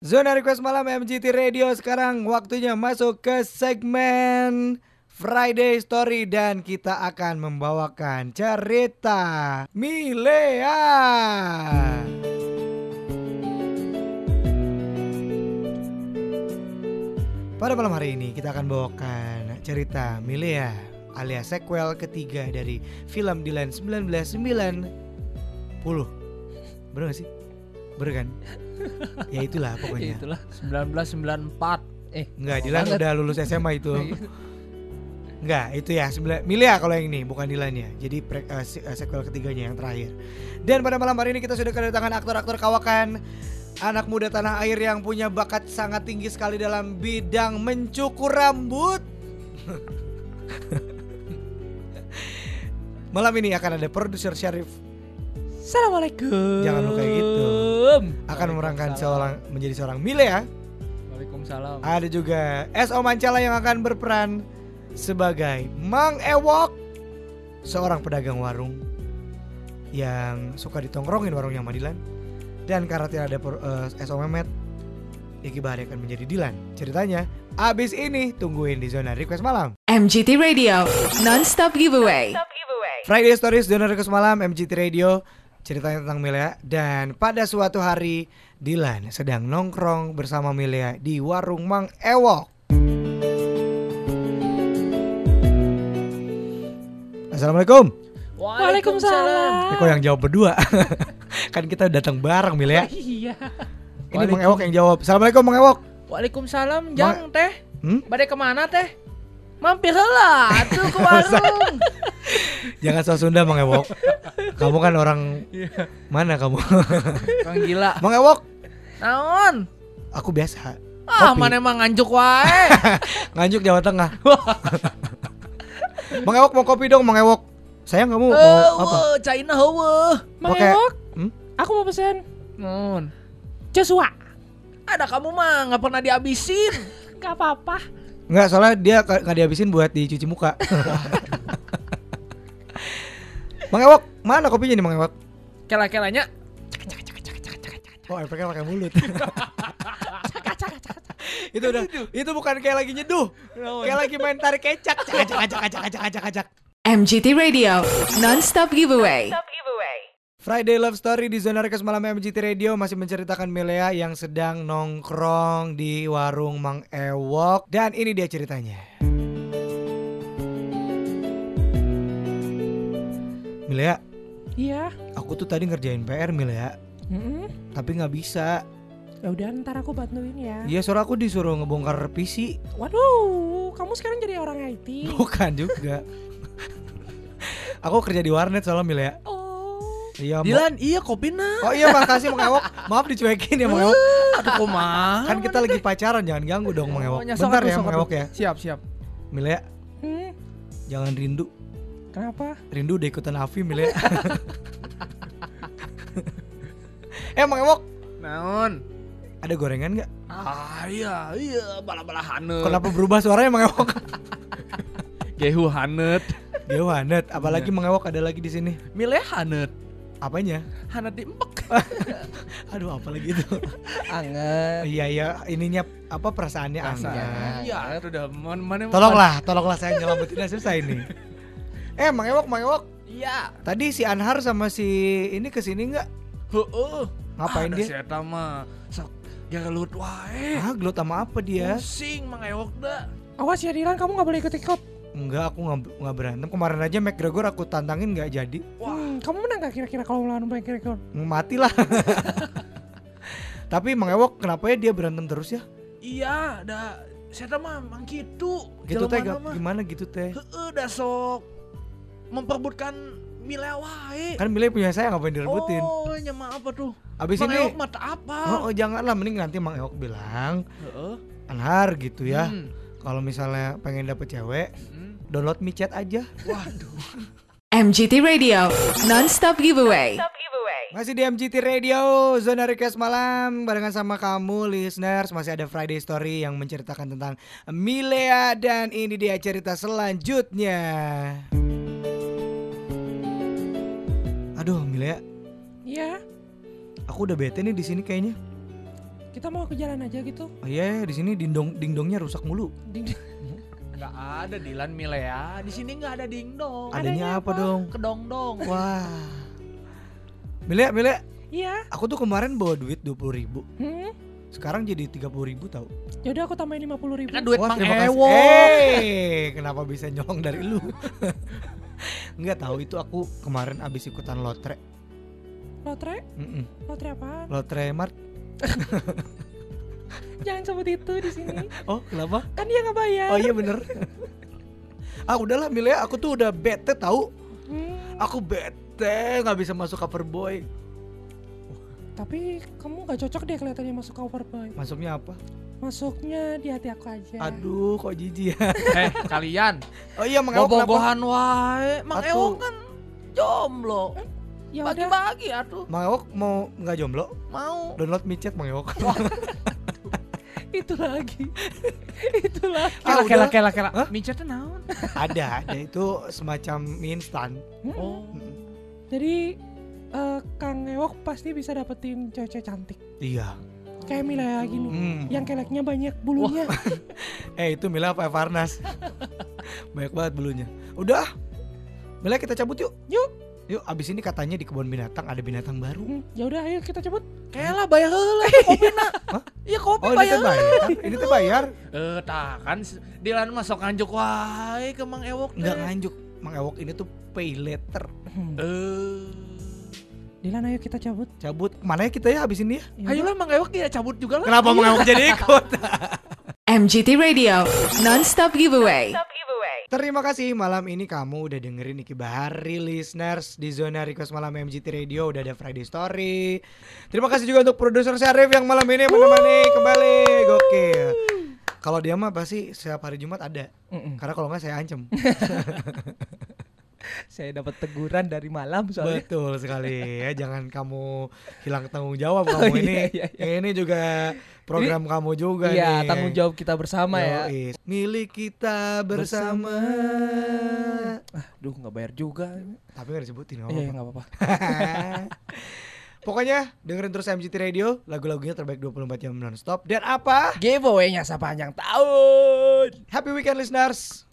Zona Request Malam MGT Radio sekarang waktunya masuk ke segmen Friday Story dan kita akan membawakan cerita Milea. Pada malam hari ini kita akan bawakan cerita Milea alias sequel ketiga dari film Dylan 1990. Bener gak sih? Bener kan? Ya itulah Ya pokoknya. itulah 1994 eh Enggak, lama Dilan banget. Iya. udah lulus SMA itu. Enggak, itu ya sembilan Milia kalau yang ini, bukan Dilan ya. Jadi pre- eh, se- eh, sequel ketiganya yang terakhir. Dan pada malam hari ini kita sudah kedatangan aktor-aktor kawakan anak muda tanah air yang punya bakat sangat tinggi sekali dalam bidang mencukur rambut. malam ini akan ada produser Syarif Assalamualaikum Jangan lu kayak gitu. akan memerankan seorang Ah. menjadi seorang Milia. Waalaikumsalam Ada juga S.O. Mancala yang akan berperan sebagai Mang Ewok Seorang pedagang warung yang suka ditongkrongin warungnya sama Dilan Dan karena tidak ada per- eh, S.O. Mehmet Iki Bahari akan menjadi Dilan Ceritanya abis ini tungguin di zona request malam MGT Radio, non-stop giveaway. Friday Stories zona request malam MGT Radio Ceritanya tentang Milea Dan pada suatu hari Dilan sedang nongkrong bersama Milea di warung Mang Ewok Assalamualaikum. Eh, kok yang jawab berdua? kan kita datang bareng Mil ya. Iya Ini Mang Ewok yang jawab. Assalamualaikum Mang Ewok. Waalaikumsalam Jang teh Hmm? Bade kemana teh Mampir lah tuh ke warung Jangan so Sunda Mang Ewok. Kamu kan orang mana kamu? Orang gila Mang Ewok, Naon aku biasa. Ah Kopi. mana emang nganjuk wae Nganjuk Jawa Tengah. Mang Ewok mau kopi dong Mang Ewok. Sayang kamu mau Eh, Oh, apa? weh, China heueuh Mang Pakai- Ewok, Hmm? aku mau pesen Naon Joshua. Ada kamu mah nggak pernah dihabisin Gak apa-apa. Enggak, soalnya dia ka- nggak dihabisin buat dicuci muka. Mang Ewok, mana kopinya nih Mang Ewok? Kela-kelanya Oh, efeknya pakai mulut. itu udah itu bukan kayak lagi nyeduh. Kayak lagi main tarik kecak. Cak cak cak cak cak cak cak. MGT Radio, non-stop giveaway. Friday Love Story di Zona Rekas Malam MGT Radio masih menceritakan Milea yang sedang nongkrong di warung Mang Ewok dan ini dia ceritanya. Milea, Iya. aku tuh tadi ngerjain PR Milea, Mm-mm. tapi nggak bisa. Ya udah ntar aku bantuin ya. Iya, soalnya aku disuruh ngebongkar PC, Waduh, kamu sekarang jadi orang IT. Bukan juga. aku kerja di warnet soalnya Mil ya. Oh. Iya, Mo. Dilan iya kopi nah Oh iya makasih Mang Ewok. Maaf dicuekin ya Mang Ewok. Aduh kumaha Kan kita lagi pacaran jangan ganggu dong Mang Ewok. Pokoknya sok Bentar atuh, ya sok Mang atuh. Ewok ya. Siap siap Mil ya, Hmm. jangan rindu. Kenapa? Rindu udah ikutan Afi Mil ya. eh Mang Ewok, Naon ada gorengan nggak? Ah iya iya bala-bala hanet Kenapa berubah suaranya Mang Ewok? Gehu hanet Dia warnet, apalagi Mang Ewok ada lagi di sini. Milih hanet Apanya? Hanet di empek Aduh, apalagi itu. anget Iya iya, ininya apa perasaannya angin. Perasaan. Ya itu udah mana mana Tolonglah, tolonglah saya nyelamatin selesai nih. Eh, Mang Ewok, Mang Ewok, Iya tadi si Anhar sama si ini kesini nggak? Heeh Ah, Ngapain dia? Si Eta mah Sok gelut wae Ah, gelut sama apa dia? Pusing mengewok dah Awas ya Dilan, kamu nggak boleh ikut-ikut. Enggak, aku nggak nggak berantem. Kemarin aja McGregor aku tantangin nggak jadi. Wah Hmm, kamu menang gak kira-kira kalau melawan Bang Kira-kira? Matilah. Tapi Mang Ewok, kenapa ya dia berantem terus ya? iya dah Si Eta mah emang gitu Gitu teh Jelema gak- mah. gimana gitu teh? Heeh dah sok Memperbutkan Milih wae Kan Milih punya saya ngapain direbutin? Oh nyama apa tuh Abis Mang Ewok ini mata apa Oh, oh, janganlah mending nanti Mang Ewok bilang Heeh. Anhar gitu ya. Hmm. Kalau misalnya pengen dapet cewek, Hmm. download micet aja. Waduh MGT Radio, non-stop giveaway. Masih di MGT Radio, Zona Request Malam Barengan sama kamu listeners Masih ada Friday Story yang menceritakan tentang Milea Dan ini dia cerita selanjutnya Aduh Milea, Iya. Iya. aku udah bete nih di sini kayaknya Kita mau ke jalan aja gitu. Oh iya, di sini dindong dingdongnya rusak mulu. Ding- Nggak ada Dilan Milea. Di sini nggak ada dingdong. Adanya, apa, dong? Kedongdong. Wah. Milea, Milea, Iya. aku tuh kemarin bawa duit 20.000 ribu. Hmm. Sekarang jadi 30.000 ribu tau. Yaudah Ya aku tambahin lima puluh ribu. Kan duit Mang terima kasih. Ewok. Eh, kenapa bisa nyolong dari lu? Enggak tahu itu aku kemarin abis ikutan lotre. Lotre? Mm-mm. Lotre apaan? Lotre Mart. Jangan sebut itu di sini. Oh, kenapa? Kan dia nggak bayar. Oh iya bener. ah udahlah Milea, aku tuh udah bete tahu. Hmm, Aku bete nggak bisa masuk Coverboy. Tapi kamu nggak cocok deh kelihatannya masuk cover boy. Masuknya apa? Masuknya di hati aku aja. Ya. Aduh, kok jijik ya. eh kalian Oh iya, Mang Ewok kenapa? bobogohan wae. Mang Atuh. Ewok kan jomblo. Ya udah. Bagi-bagi atuh. Mang Ewok mau nggak jomblo? Mau. Download micet Mang Ewok. Oh, itu lagi itu lagi Ah, Kela kela udah. kela kela. Hah? Micetnya naon? ada, ada itu semacam mie instan. Oh. Mm-mm. Hmm, jadi eh, Kang Ewok pasti bisa dapetin cewek-cewek cantik Iya. kayak Mila gini Hmm. Ya, yang keleknya banyak bulunya Eh itu Mila apa Farnas? Banyak banget bulunya. Udah. Mila kita cabut yuk. Yuk. Yuk abis ini katanya di kebun binatang ada binatang baru. Hmm, ya udah ayo kita cabut Kela bayar heula kopi na. Iya kopi Oh ini bayar. tuh bayar. Ini tuh bayar. Eh tah kan s- Dilan masuk nganjuk wae ke Mang Ewok. teh. Enggak nganjuk. Mang Ewok ini tuh pay letter. Eh. Dilan ayo kita cabut Cabut. Kemana ya kita ya abis ini ya? Ya udah. Ayolah Mang Ewok dia cabut juga lah. Iya, Kenapa Mang Ewok jadi ikut? MGT Radio Non-stop Giveaway. Terima kasih malam ini kamu udah dengerin Niki Bahar listeners di zona request malam MGT Radio udah ada Friday Story. Terima kasih juga untuk produser Syarif yang malam ini menemani kembali. Gokil. Kalau dia mah pasti setiap hari Jumat ada. Mm-mm. Karena kalau nggak saya ancam. Saya dapat teguran dari malam soalnya. Betul sekali ya. Jangan kamu hilang tanggung jawab Oh, kamu iya, ini. Ya, iya, iya. Ini juga program kamu juga Iya, nih. tanggung jawab kita bersama ya. Yoi. Milik kita bersama. Duh, nggak bayar juga. Tapi nggak disebutin nggak Iya, apa-apa. nggak apa-apa. Pokoknya dengerin terus MGT Radio, lagu-lagunya terbaik 24 jam nonstop. Dan apa? Giveaway-nya sepanjang tahun. Happy weekend listeners.